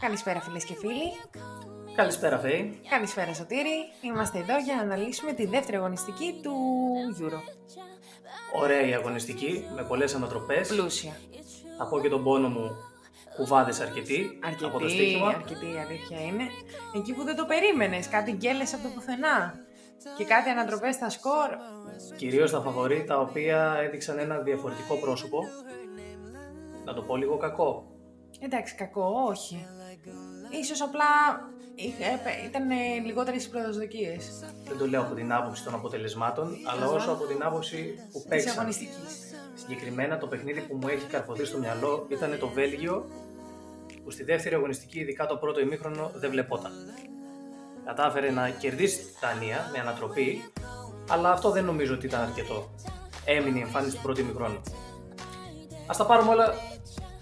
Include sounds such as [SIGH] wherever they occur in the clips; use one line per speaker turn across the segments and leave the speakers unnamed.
Καλησπέρα φίλες και φίλοι,
Καλησπέρα, Φέη.
καλησπέρα Σωτήρη. Είμαστε εδώ για να αναλύσουμε τη δεύτερη αγωνιστική του Euro.
Ωραία η αγωνιστική, με πολλές ανατροπές.
Πλούσια.
Θα πω και τον πόνο μου κουβάδες αρκετή, από το
Αρκετή,
στοίχημα.
αρκετή η αλήθεια είναι. Εκεί που δεν το περίμενες, κάτι γκέλες από το πουθενά και κάτι ανατροπές στα σκορ.
Κυρίως τα φαβορή τα οποία έδειξαν ένα διαφορετικό πρόσωπο. Να το πω λίγο κακό.
Εντάξει, κακό, όχι. Ίσως απλά ε, ήταν λιγότερες οι προσδοκίες
Δεν το λέω από την άποψη των αποτελεσμάτων, αλλά όσο από την άποψη που
της
παίξαν.
αγωνιστικής.
Συγκεκριμένα το παιχνίδι που μου έχει καρφωθεί στο μυαλό ήταν το Βέλγιο, που στη δεύτερη αγωνιστική, ειδικά το πρώτο ημίχρονο, δεν βλεπόταν. Κατάφερε να κερδίσει τη Δανία με ανατροπή, αλλά αυτό δεν νομίζω ότι ήταν αρκετό. Έμεινε η εμφάνιση του πρώτου ημιχρόνου. Ας τα πάρουμε όλα.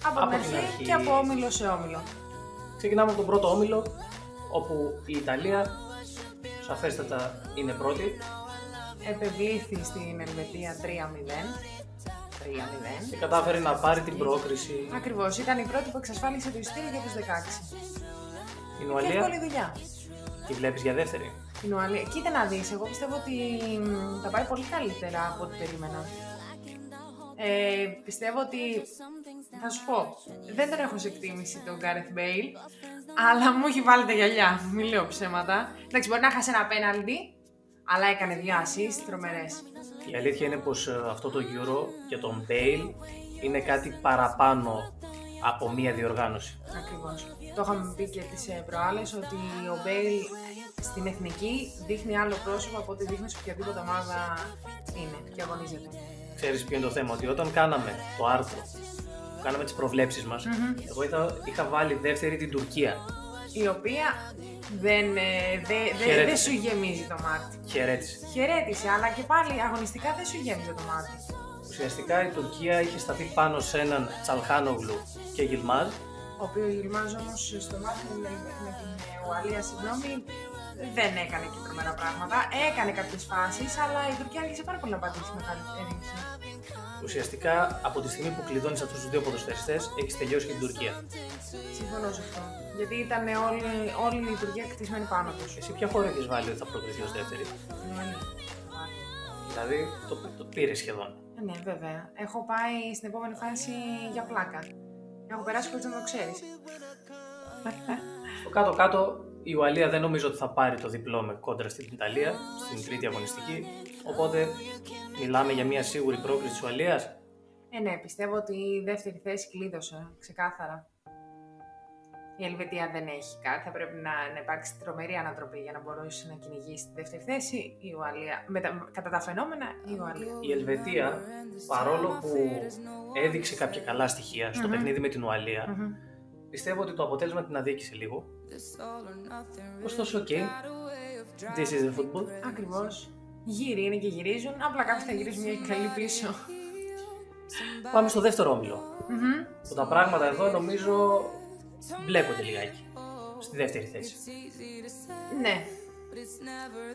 Από,
Από
την
την
αρχή
αρχή.
και από όμιλο σε όμιλο.
Ξεκινάμε από τον πρώτο όμιλο, όπου η Ιταλία σαφέστατα είναι πρώτη.
Επευλήθη στην Ελβετία 3-0. 3-0.
και Κατάφερε να πάρει την πρόκριση.
Ακριβώς. Ήταν η πρώτη που εξασφάλισε το ειστήριο για τους 16.
Η
Και εύκολη
Ουαλία
δουλειά.
τη βλέπεις για δεύτερη.
Την Ουαλία. Κοίτα να δεις. Εγώ πιστεύω ότι μ, θα πάει πολύ καλύτερα από ό,τι περίμενα. Ε, πιστεύω ότι. Θα σου πω. Δεν τον έχω σε εκτίμηση τον Gareth Bale, αλλά μου έχει βάλει τα γυαλιά. Μην λέω ψέματα. Εντάξει, μπορεί να χάσει ένα πέναλντι, αλλά έκανε δύο assists τρομερές.
Η αλήθεια είναι πως ε, αυτό το Euro για τον Bale είναι κάτι παραπάνω από μία διοργάνωση.
Ακριβώς. Το είχαμε πει και τις προάλλες ότι ο Μπέιλ στην εθνική δείχνει άλλο πρόσωπο από ό,τι δείχνει σε οποιαδήποτε ομάδα είναι και αγωνίζεται.
Ξέρεις ποιο είναι το θέμα, ότι όταν κάναμε το άρθρο, που κάναμε τις προβλέψεις μας, εγώ είχα, είχα βάλει δεύτερη την Τουρκία.
Η οποία δεν, ε, δε- δε-
Χαιρέτησε.
δεν σου γεμίζει το μάτι.
Χαιρέτησε.
Χαιρέτησε, αλλά και πάλι αγωνιστικά δεν σου γέμιζε το μάτι.
Ουσιαστικά η Τουρκία είχε σταθεί πάνω σε έναν Τσαλχάνογλου και Γιλμάζ.
Ο οποίος γυρμάζει όμως στο μάτι με, με την ε, Ουαλία, συγγνώμη, δεν έκανε και τρομερά πράγματα. Έκανε κάποιες φάσεις, αλλά η Τουρκία άρχισε πάρα πολύ να πατήσει μεγάλη ρίξη.
Ουσιαστικά από τη στιγμή που κλειδώνεις αυτούς τους δύο ποδοσφαιριστές, έχεις τελειώσει και την Τουρκία.
Συμφωνώ σε αυτό. Γιατί ήταν όλη, όλη η λειτουργία κτισμένη πάνω τους.
Εσύ ποια χώρα έχεις βάλει ότι θα προκριθεί ως δεύτερη. Δηλαδή το, το πήρες σχεδόν.
Ναι, βέβαια. Έχω πάει στην επόμενη φάση για πλάκα. Έχω περάσει χωρίς να το ξέρεις.
Στο κάτω-κάτω, η Ουαλία δεν νομίζω ότι θα πάρει το διπλό με κόντρα στην Ιταλία, στην τρίτη αγωνιστική. Οπότε μιλάμε για μια σίγουρη πρόκληση της Ουαλίας.
Ε, ναι, πιστεύω ότι η δεύτερη θέση κλείδωσε ξεκάθαρα. Η Ελβετία δεν έχει κάτι. Θα πρέπει να, να υπάρξει τρομερή ανατροπή για να μπορέσει να κυνηγήσει τη δεύτερη θέση. Η Ουαλία. Με τα- κατά τα φαινόμενα, η Ουαλία.
Η Ελβετία, παρόλο που έδειξε κάποια καλά στοιχεία στο
Μμμ.
παιχνίδι με την Ουαλία,
Μμμ.
πιστεύω ότι το αποτέλεσμα την αδίκησε λίγο. Ωστόσο, οκ. This is the football.
Ακριβώς. Γύρι είναι και γυρίζουν. Απλά κάποιοι θα γυρίζουν μια καλή πίσω.
Πάμε στο δεύτερο όμιλο.
Μμμ.
Που τα πράγματα εδώ νομίζω μπλέκονται λιγάκι. Στη δεύτερη θέση.
Ναι.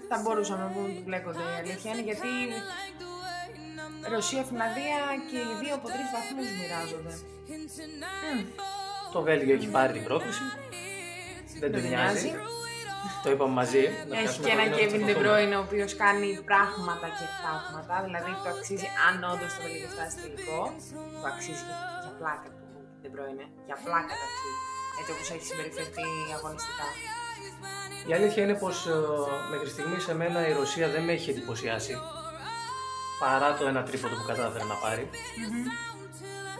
Θα μπορούσαμε να πούμε ότι μπλέκονται η αλήθεια είναι γιατί Ρωσία, Φιλανδία και οι δύο από τρεις βαθμούς μοιράζονται. Μμ,
Το Βέλγιο έχει πάρει την πρόκληση. Δεν τον
δεν
νοιάζει. Το είπαμε μαζί. να
Έχει
πιάσουμε
και ένα
το βίντεο,
Kevin
να
De
τσακωθούμε.
Bruyne ο οποίος κάνει πράγματα και θαύματα. Δηλαδή το αξίζει, αν όντως το Βέλγιο φτάσει τελικό, το αξίζει για, για πλάκα του De Bruyne. Για πλάκα το αξίζει. Έτσι όπως έχει συμπεριφερθεί αγωνιστικά.
Η αλήθεια είναι πως ε, μέχρι στιγμής σε μένα η Ρωσία δεν με έχει εντυπωσιάσει παρά το ένα τρίποντο που κατάφερε να πάρει.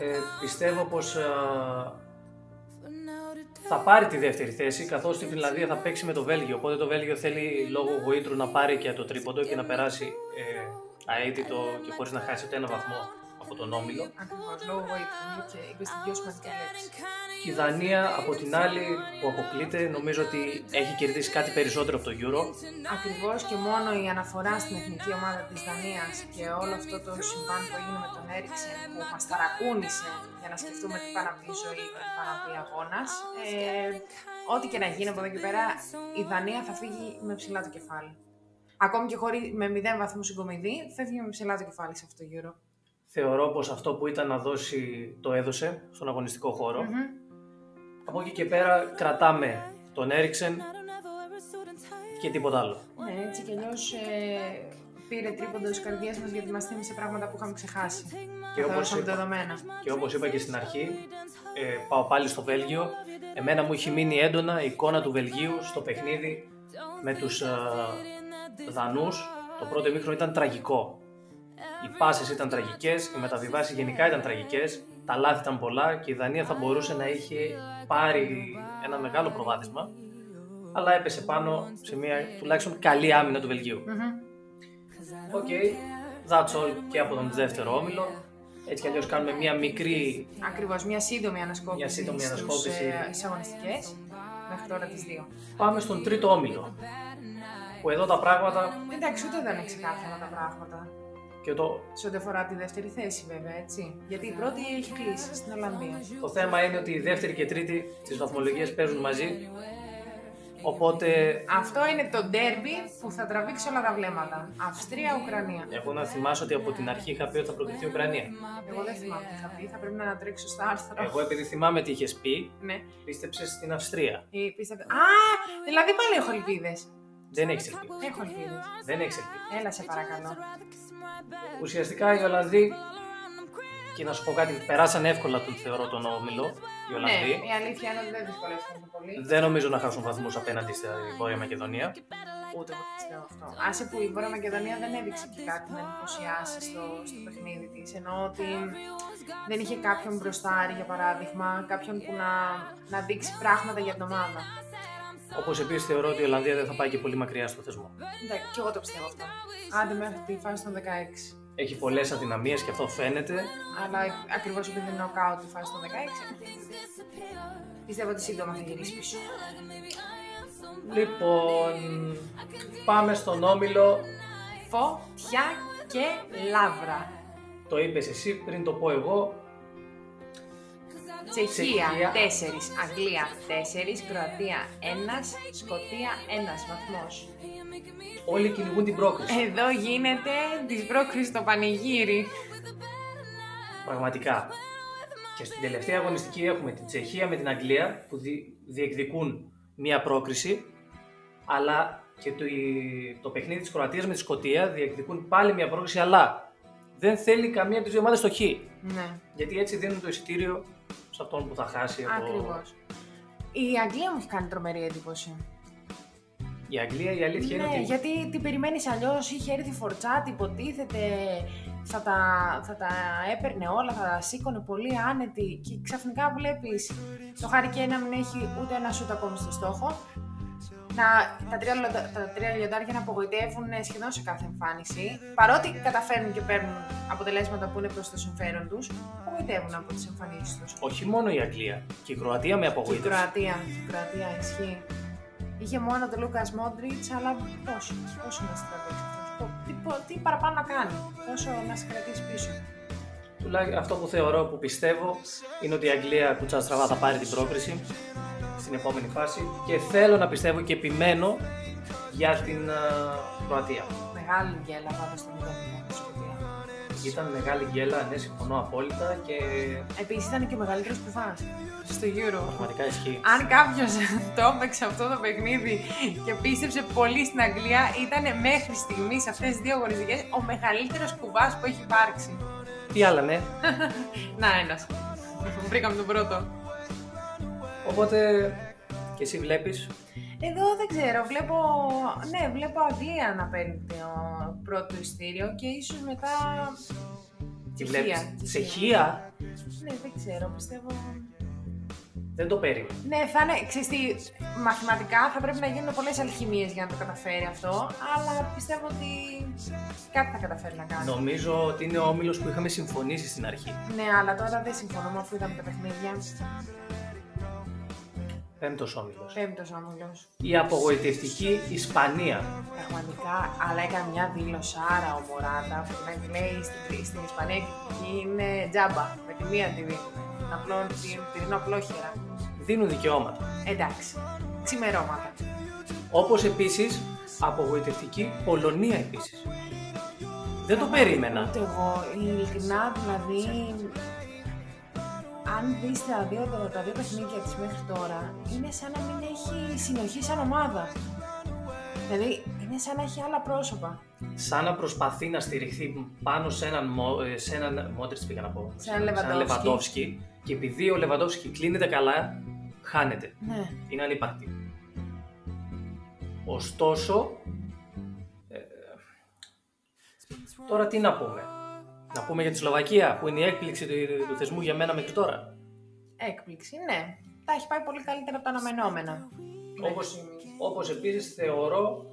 Ε, πιστεύω πως ε, θα πάρει τη δεύτερη θέση καθώς τη Φιλανδία θα παίξει με το Βέλγιο οπότε το Βέλγιο θέλει λόγω γοήτρου να πάρει και το τρίποντο και να περάσει ε, αίτητο και χωρίς να χάσει ούτε ένα βαθμό από τον Όμιλο.
Ακριβώς λόγω βοήθεια και είπε την πιο σημαντική λέξη.
Και η Δανία από την άλλη που αποκλείται νομίζω ότι έχει κερδίσει κάτι περισσότερο από το Euro
Ακριβώς και μόνο η αναφορά στην εθνική ομάδα της Δανίας και όλο αυτό το συμβάν που έγινε με τον Έριξεν που μας ταρακούνησε για να σκεφτούμε τι πάνε από τη ζωή και τι πάνε από τη αγώνας. Ε, ό,τι και να γίνει από εδώ και πέρα, η Δανία θα φύγει με ψηλά το κεφάλι. Ακόμη και χωρί, με 0 βαθμού συγκομιδή, φεύγει με ψηλά το κεφάλι σε αυτό το γύρο.
Θεωρώ πως αυτό που ήταν να δώσει το έδωσε στον αγωνιστικό χώρο. Από εκεί και πέρα κρατάμε τον Έριξεν και τίποτα άλλο.
Ναι, έτσι κι αλλιώς ε, πήρε τρίποντα της καρδιάς μας γιατί μας θύμισε πράγματα που είχαμε ξεχάσει.
Και
Και
όπως
θεωρούσαμε
είπα-
δεδομένα.
Και όπως είπα και στην αρχή, ε, πάω πάλι στο Βέλγιο. Εμένα μου έχει μείνει έντονα η εικόνα του Βελγίου στο παιχνίδι με τους ε, Δανούς. Το πρώτο ημίχρονο ήταν τραγικό. Οι πάσες ήταν τραγικές, οι μεταβιβάσεις γενικά ήταν τραγικές, τα λάθη ήταν πολλά και η Δανία θα μπορούσε να είχε πάρει ένα μεγάλο προβάδισμα, αλλά έπεσε πάνω σε μια τουλάχιστον καλή άμυνα του Βελγίου.
Μμμ.
Οκ, that's all και από τον δεύτερο όμιλο. Έτσι κι αλλιώς κάνουμε μια μικρή
Ακριβώς, μια σύντομη ανασκόπηση.
Ε, Μια σύντομη
στους,
ανασκόπηση.
ε, στις αγωνιστικές, μέχρι τώρα τις δύο.
Πάμε στον τρίτο όμιλο. Που εδώ τα πράγματα
Εντάξει, ούτε δεν είναι ξεκάθαρα τα πράγματα.
και το,
Σε ό,τι αφορά τη δεύτερη θέση, βέβαια, έτσι. Γιατί η πρώτη έχει κλείσει στην Ολλανδία.
το θέμα είναι ότι η δεύτερη και τρίτη τις βαθμολογίες παίζουν μαζί. Οπότε
Αυτό είναι το ντέρμπι που θα τραβήξει όλα τα βλέμματα. Αυστρία-Ουκρανία.
εγώ να θυμάσαι ότι από την αρχή είχα πει ότι θα προκριθεί η Ουκρανία.
Εγώ δεν θυμάμαι τι θα πει, θα πρέπει να ανατρέξω στα άρθρα.
Εγώ επειδή θυμάμαι τι είχες πει,
Ναι.
πίστεψες στην Αυστρία.
Ε, πίστευα- Α, δηλαδή πάλι έχω ελπίδες.
Δεν έχει ελπίδα.
Έχω ελπίδες.
Δεν έχει ελπίδα.
Έλα σε παρακαλώ.
Ουσιαστικά οι Ολλανδοί. Και να σου πω κάτι, περάσαν εύκολα τον θεωρώ τον όμιλο. Οι
Ναι,
Ολλανδοί.
η αλήθεια είναι ότι δεν δυσκολεύτηκαν πολύ.
Δεν νομίζω να χάσουν βαθμούς απέναντι στη Βόρεια Μακεδονία.
Ούτε εγώ πιστεύω αυτό. Άσε που η Βόρεια Μακεδονία δεν έδειξε και κάτι να εντυπωσιάσει στο, στο παιχνίδι της. Ενώ ότι δεν είχε κάποιον μπροστάρι, για παράδειγμα, κάποιον που να, να δείξει πράγματα για την ομάδα.
Όπως επίσης θεωρώ ότι η Ολλανδία δεν θα πάει και πολύ μακριά στο θεσμό.
Εντάξει, Ναι, και εγώ το πιστεύω αυτό. Άντε μέχρι τη φάση των 16.
Έχει πολλές αδυναμίες και αυτό φαίνεται.
Αλλά ακριβώς επειδή είναι νοκάουτ τη φάση των 16, πιστεύω ότι σύντομα θα γυρίσει πίσω.
Λοιπόν, πάμε στον όμιλο.
Φωτιά και λάβρα.
Το είπες εσύ πριν το πω εγώ.
Τσεχία
Τσεχία.
4, Αγγλία 4, Κροατία 1, Σκοτία 1 βαθμός.
Όλοι κυνηγούν την πρόκληση.
Εδώ γίνεται της πρόκρισης στο πανηγύρι.
Πραγματικά. Και στην τελευταία αγωνιστική έχουμε την Τσεχία με την Αγγλία που δι- διεκδικούν μία πρόκριση. Αλλά και το, η- το παιχνίδι της Κροατίας με τη Σκωτία διεκδικούν πάλι μία πρόκριση. Αλλά δεν θέλει καμία από τις δύο ομάδες το χ.
Ναι,
Γιατί έτσι δίνουν το εισιτήριο σε αυτόν που θα χάσει. από-
ακριβώς. Η Αγγλία μου έχει κάνει τρομερή εντύπωση.
Η Αγγλία η αλήθεια είναι
Ναι,
ότι.
γιατί την περιμένεις αλλιώς. Είχε έρθει φορτσάτη, υποτίθεται. Θα τα, θα τα έπαιρνε όλα, θα τα σήκωνε πολύ άνετη. Και ξαφνικά βλέπεις το Χάρη να μην έχει ούτε ένα σούτ ακόμη στο στόχο. Να, τα, τρία, λοντα- τα τρία λιοντάρια να απογοητεύουν ε, σχεδόν σε κάθε εμφάνιση. Παρότι καταφέρνουν και παίρνουν αποτελέσματα που είναι προς το συμφέρον τους, απογοητεύουν από τις εμφανίσεις τους.
Όχι μόνο η Αγγλία. Και η Κροατία με
Και η
απογοήτευσε.
Κροατία, η Κροατία ισχύει. Είχε μόνο τον Λούκας Μόντριτ, αλλά πόσο, πόσο να σε κρατήσει αυτό. Τι, πο- τι παραπάνω να κάνει, πόσο να σε κρατήσει πίσω.
Τουλάχιστον αυτό που θεωρώ, που πιστεύω, είναι ότι η Αγγλία κουτσά στραβά θα πάρει την πρόκριση στην επόμενη φάση. Και θέλω να πιστεύω και επιμένω για την α, Κροατία.
Μεγάλη γκέλα πάνω στον Ιωάννη τη Σκοτία.
Ήταν μεγάλη γκέλα, ναι, συμφωνώ απόλυτα και
Επίσης ήταν και ο μεγαλύτερος κουβά στο Euro.
πραγματικά ισχύει.
Αν κάποιος [LAUGHS] το έπαιξε αυτό το παιχνίδι και πίστεψε πολύ στην Αγγλία, ήταν μέχρι στιγμής σε αυτές τις δύο αγωνιστικές ο μεγαλύτερος κουβάς που έχει υπάρξει.
Τι άλλα, ναι.
Να, ένας. Βρήκαμε τον πρώτο.
Οπότε και εσύ βλέπεις
Εδώ δεν ξέρω, βλέπω, ναι, βλέπω Αγγλία να παίρνει το πρώτο ειστήριο και ίσως μετά
Τι
Τσεχία,
βλέπεις.
Τσεχία.
Τσεχία
Ναι, δεν ξέρω, πιστεύω...
δεν το περίμενα.
Ναι, θα είναι, ξέρεις τι, μαθηματικά θα πρέπει να γίνουν πολλές αλχημίες για να το καταφέρει αυτό, αλλά πιστεύω ότι κάτι θα καταφέρει να κάνει.
Νομίζω ότι είναι ο όμιλος που είχαμε συμφωνήσει στην αρχή.
Ναι, αλλά τώρα δεν συμφωνούμε αφού είδαμε τα παιχνίδια.
Πέμπτος όμιλος.
Πέμπτος όμιλος.
Η απογοητευτική Ισπανία.
Πραγματικά, αλλά έκανε μια δηλωσάρα ο Μωράτα που να λέει στην, στην Ισπανία και είναι τζάμπα, με τη μία τη δίνουν. Να πλώνουν την πυρηνό πλόχερα.
Δίνουν δικαιώματα.
Εντάξει, ξημερώματα.
Όπως επίσης απογοητευτική Πολωνία επίσης. Δεν το περίμενα.
Ούτε εγώ, ειλικρινά δηλαδή, αν αν δεις τα δύο, τα, τα δύο παιχνίδια της μέχρι τώρα, είναι σαν να μην έχει συνοχή σαν ομάδα. Δηλαδή, είναι σαν να έχει άλλα πρόσωπα.
Σαν να προσπαθεί να στηριχθεί πάνω σε έναν, Μο- ε, σε έναν Μόντριτς πήγα να πω.
Σε έναν
Σε έναν
Λεβαντόφσκι.
Λεβαντόφσκι. Και επειδή ο Λεβαντόφσκι κλείνεται καλά, χάνεται.
Ναι.
Είναι ανύπαρκτη. Ωστόσο, ε, τώρα τι να πούμε. Να πούμε για τη Σλοβακία, που είναι η έκπληξη του, του θεσμού για μένα μέχρι τώρα.
Έκπληξη, ναι. Τα έχει πάει πολύ καλύτερα από τα αναμενόμενα. Ναι.
Όπως, όπως επίσης θεωρώ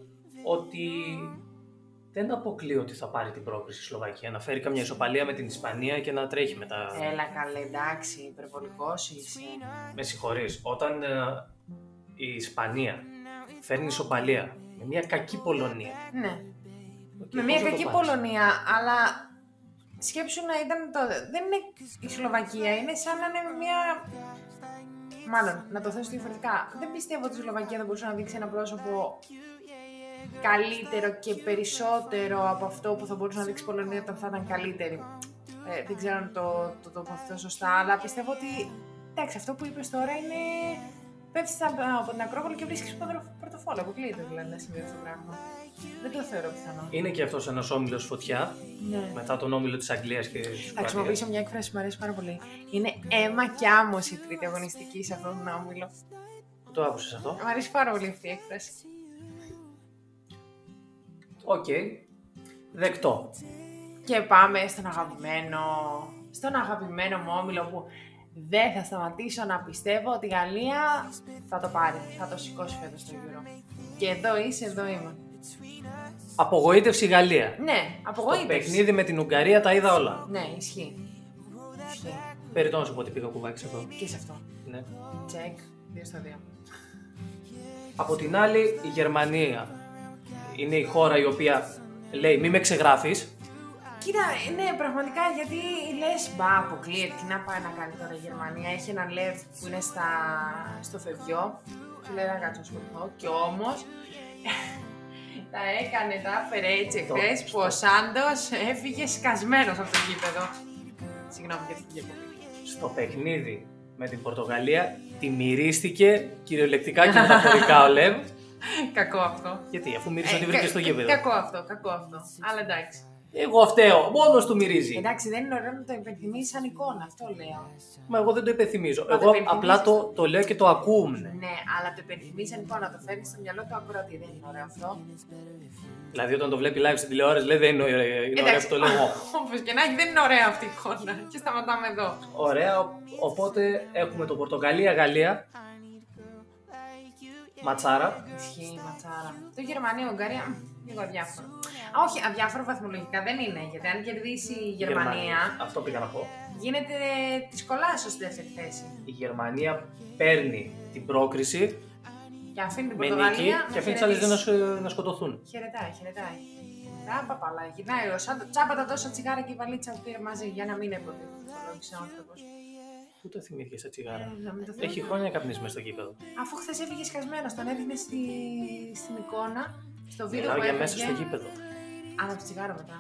ότι δεν αποκλείω ότι θα πάρει την πρόκριση η Σλοβακία, να φέρει καμιά ισοπαλία με την Ισπανία και να τρέχει μετά.
Έλα καλέ, εντάξει, υπερβολικός είσαι.
Με συγχωρείς, όταν ε, η Ισπανία φέρνει ισοπαλία με μια κακή Πολωνία.
Ναι.
οκ,
Με
πώς
μια
θα το
κακή
πάρεις.
Πολωνία, αλλά σκέψου να ήταν το. Δεν είναι η Σλοβακία, είναι σαν να είναι μια. Μάλλον, να το θέσω διαφορετικά. Δεν πιστεύω ότι η Σλοβακία θα μπορούσε να δείξει ένα πρόσωπο καλύτερο και περισσότερο από αυτό που θα μπορούσε να δείξει η Πολωνία όταν θα ήταν καλύτερη. Ε, δεν ξέρω αν το, το τοποθετώ σωστά, αλλά πιστεύω ότι. Εντάξει, αυτό που είπες τώρα είναι. Πέφτεις από την Ακρόπολη και βρίσκεις πρωτοφόλα. Αποκλείεται δηλαδή να συμβεί αυτό το πράγμα. Δεν το θεωρώ πιθανό.
Είναι και αυτός ένας όμιλος φωτιά,
Ναι.
μετά τον όμιλο της Αγγλίας και της
Θα
Ουκρανίας.
χρησιμοποιήσω μια έκφραση που μου αρέσει πάρα πολύ. Είναι αίμα και άμμος η τρίτη αγωνιστική σε αυτόν τον όμιλο.
Πού Το άκουσες αυτό.
Μου αρέσει πάρα πολύ αυτή η έκφραση.
Οκ. Δεκτό.
Και πάμε στον αγαπημένο, στον αγαπημένο μου όμιλο που δεν θα σταματήσω να πιστεύω ότι η Γαλλία θα το πάρει, θα το σηκώσει φέτος το Euro. Και εδώ είσαι, εδώ είμαι.
Απογοήτευση Γαλλία.
Ναι,
Το
απογοήτευση.
παιχνίδι με την Ουγγαρία τα είδα όλα.
Ναι, ισχύει. Ισχύει.
Περιτώ να σου πω ότι πήγα κουβάκι σε αυτό.
Και σε αυτό.
Ναι.
Τσεκ, 2 στα 2.
Από την άλλη, η Γερμανία είναι η χώρα η οποία λέει μη με ξεγράφεις.
Κοίτα, ναι, πραγματικά γιατί λες, μπα, αποκλείεται. Τι να πάει να κάνει τώρα η Γερμανία. Έχει έναν Λεύ που είναι στα... στο φευγιό. Του λέει να κάτσω να ασχοληθώ. Και όμως [LAUGHS] τα έκανε, τα έφερε έτσι
Το-
εχθέ που ο Σάντος έφυγε σκασμένος από το γήπεδο. Συγγνώμη για την διακοπή.
Στο παιχνίδι με την Πορτογαλία τη μυρίστηκε κυριολεκτικά και μεταφορικά ο Λεβ.
[LAUGHS] Κακό αυτό.
Γιατί, αφού μύρισε
Ε,
ότι βρήκε
κα-
στο γήπεδο.
Κακό αυτό, κακό αυτό. Αλλά εντάξει.
Εγώ φταίω, μόνος του μυρίζει.
Εντάξει, δεν είναι ωραίο να το υπενθυμίσεις σαν εικόνα, αυτό λέω.
Μα εγώ δεν το υπενθυμίζω.
Μα το
Εγώ
υπενθυμίζεις.
απλά το, το λέω και το ακούω.
Ναι, αλλά το υπενθυμίζει λοιπόν να το φέρνεις στο μυαλό του ακροατή. Δεν είναι ωραίο αυτό.
Δηλαδή, όταν το βλέπει live στην τηλεόραση, λέει δεν είναι ωραίο, είναι ωραίο αυτό το λέω εγώ.
Όπω και να έχει, δεν είναι ωραία αυτή η εικόνα. Και σταματάμε εδώ.
Ωραία, ο- οπότε έχουμε το Πορτογαλία-Γαλλία. Ματσάρα.
Ισχύει, ματσάρα. Το Γερμανία-Ουγγαρία, μ, λίγο αδιάφορο. Α, όχι, αδιάφορο βαθμολογικά δεν είναι. Γιατί αν κερδίσει η Γερμανία,
Αυτό πήγα να πω.
γίνεται τη κολάσο στη δεύτερη θέση.
Η Γερμανία παίρνει την πρόκριση
Και αφήνει την
με νίκη
Πορτογαλία.
και αφήνει τις
τι
άλλε δύο να, σου- να σκοτωθούν.
Χαιρετάει, χαιρετάει. Τα παπαλά, γυρνάει ο Σάντο. Τσάπα τα τόσα τσιγάρα και η βαλίτσα που πήρε μαζί για να μην υποτιμήσει ο Ε, άνθρωπος.
Πού το θυμήθηκε σε τσιγάρα. Έχει χρόνια καπνισμένο στο κήπεδο.
Αφού χθες έφυγε σκασμένος, τον έδειχνε στη... στην εικόνα, στο βίντεο
Μιλάω
που
για
έφυγε.
μέσα στο γήπεδο.
Άναψε τσιγάρο μετά.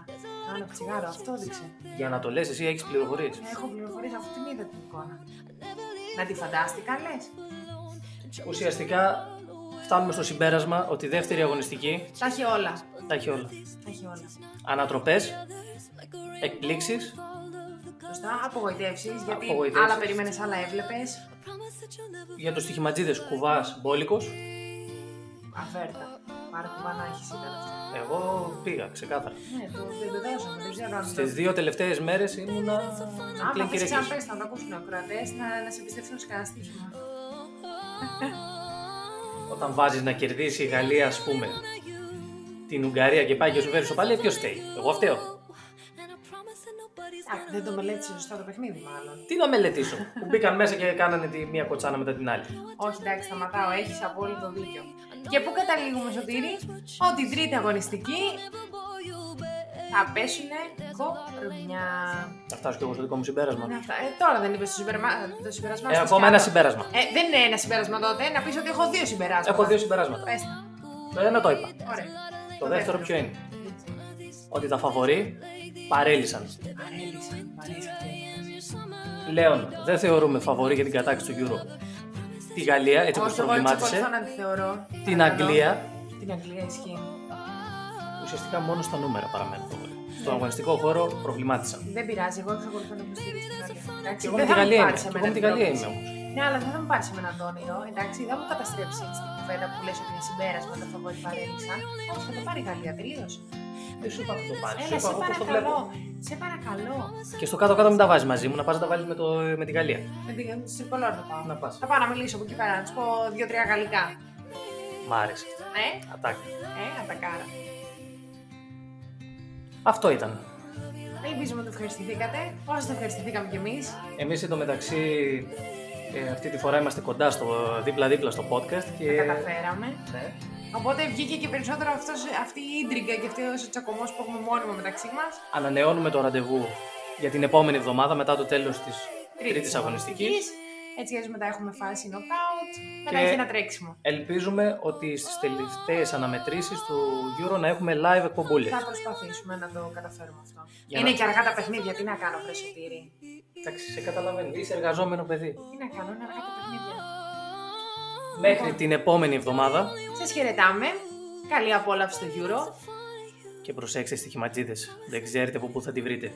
Άναψε τσιγάρο, αυτό έδειξε.
Για να το λες, εσύ έχεις πληροφορίες.
Έχω πληροφορίες αφού την είδα την εικόνα. Να τη φαντάστηκα, λες.
Ουσιαστικά φτάνουμε στο συμπέρασμα ότι η δεύτερη αγωνιστική
Τα έχει όλα.
τα έχει όλα.
Τα έχει όλα.
Ανατροπές, εκπλήξεις
Σωστά, απογοητεύσεις γιατί
Απογοητεύσεις.
άλλα περίμενες, άλλα έβλεπες.
για τους στοιχηματζίδες κουβάς μπόλικος.
Αβέρτα. Πάρα κουβά να έχει ήταν αυτό.
Εγώ πήγα ξεκάθαρα.
Ναι, το, δεν το δώσαμε, δεν ξέρω αν.
Στις δύο τελευταίες μέρες ήμουνα
Άμα
πλήν
θες
κυριακής.
ξαναπες, να το ακούσουν οι ακροατές, να, να σε εμπιστευτούν σε κανένα στοίχημα.
Όταν βάζεις να κερδίσει η Γαλλία ας πούμε την Ουγγαρία και πάει και σου φέρει σοπαλία, ποιος φταίει. Εγώ φταίω.
Α, δεν το μελέτησε σωστά το παιχνίδι, μάλλον.
Τι να μελετήσω που μπήκαν μέσα και κάνανε τη μία κοτσάνα μετά την άλλη.
Όχι, εντάξει, σταματάω. Έχει απόλυτο δίκιο. Και πού καταλήγουμε, Σωτήρη, ότι η τρίτη αγωνιστική θα πέσουνε κοπρονιά.
Να φτάσω κι εγώ στο δικό μου συμπέρασμα.
Ναι, αυτά. Ε, τώρα δεν είπες το, συμπερμα... το συμπέρασμα.
Ε,
σου,
ακόμα
Σκιάτο.
ένα συμπέρασμα.
Ε, δεν είναι ένα συμπέρασμα τότε. Να πεις ότι έχω δύο συμπεράσματα.
Έχω δύο συμπεράσματα.
Πες τα.
Το ένα το είπα.
Ωραία.
Το δεύτερο ποιο είναι. Ότι τα φαβορεί παρέλυσαν.
Παρέλυσαν, παρέλυσαν.
Λέων, δεν θεωρούμε φαβορή για την κατάκτηση του Euro. Τη Γαλλία, έτσι όπως
Όχι, εγώ έτσι ακολουθώ
προβλημάτισε.
να τη θεωρώ.
Την
Παρακαλώ.
Αγγλία,
Την Αγγλία ισχύει.
ουσιαστικά μόνο στα νούμερα παραμένουν φαβορή. Στον αγωνιστικό χώρο προβλημάτισαν.
Δεν πειράζει, εγώ εξακολουθώ να υποστηρίξω την Αγγλία.
Και
Εντάξει,
εγώ με
δεν
τη
θα
Γαλλία είμαι.
πάρεις
Και
εμένα
εγώ με τη
την
Γαλλία
πρόκληση.
είμαι όμως.
Ναι, αλλά δεν θα μου πάρει με έναν όνειρο, εντάξει. Δεν θα μου καταστρέψεις έτσι την κουβέντα που λες ότι είναι συμπέρασμα το φαβόρι παρέλυσαν. Όχι, θα το πάρει η Γαλλία τελείως.
Δεν σου είπα αυτό το πάρει. Σου
Έλα,
είπα
σε
εγώ πώ το
παρακαλώ.
βλέπω.
Σε παρακαλώ.
Και στο κάτω-κάτω μην τα βάζεις μαζί μου, να πας να τα βάλεις με, το, με τη Γαλλία.
Δεν πήγα- Σε κολόρ θα πάω.
Να πας.
Θα πάω να μιλήσω από εκεί πέρα, να του πω δύο-τρία γαλλικά.
Μ' άρεσε.
Ε,
Ατάκ.
ε, ατακάρα.
Αυτό ήταν.
Ελπίζουμε ότι ευχαριστηθήκατε. Όσο το ευχαριστηθήκαμε κι εμείς.
Εμείς εντωμεταξύ ε, αυτή τη φορά είμαστε κοντά στο δίπλα-δίπλα στο podcast και...
Τα καταφέραμε.
Ναι.
Οπότε βγήκε και περισσότερο αυτός, αυτή η ίντριγκα και αυτός ο τσακωμός που έχουμε μόνιμο μεταξύ μας.
Ανανεώνουμε το ραντεβού για την επόμενη εβδομάδα μετά το τέλος της τρίτης αγωνιστικής.
Έτσι έτσι μετά έχουμε φάση knockout.
Και-
Μετά έχει ένα τρέξιμο.
Ελπίζουμε ότι στις τελευταίες αναμετρήσεις του Euro να έχουμε live εκπομπούλες.
Θα προσπαθήσουμε να το καταφέρουμε αυτό.
Για
είναι
να-
και αργά τα παιχνίδια, τι να κάνω, Βρεσοτήρι.
Εντάξει, σε καταλαβαίνω. Είσαι εργαζόμενο παιδί.
Τι να κάνω, είναι αργά τα παιχνίδια.
Μέχρι την επόμενη εβδομάδα
Σας χαιρετάμε. Καλή απόλαυση στο Euro.
και προσέξτε στοιχηματζίδες. Δεν ξέρετε από πού θα τη βρείτε.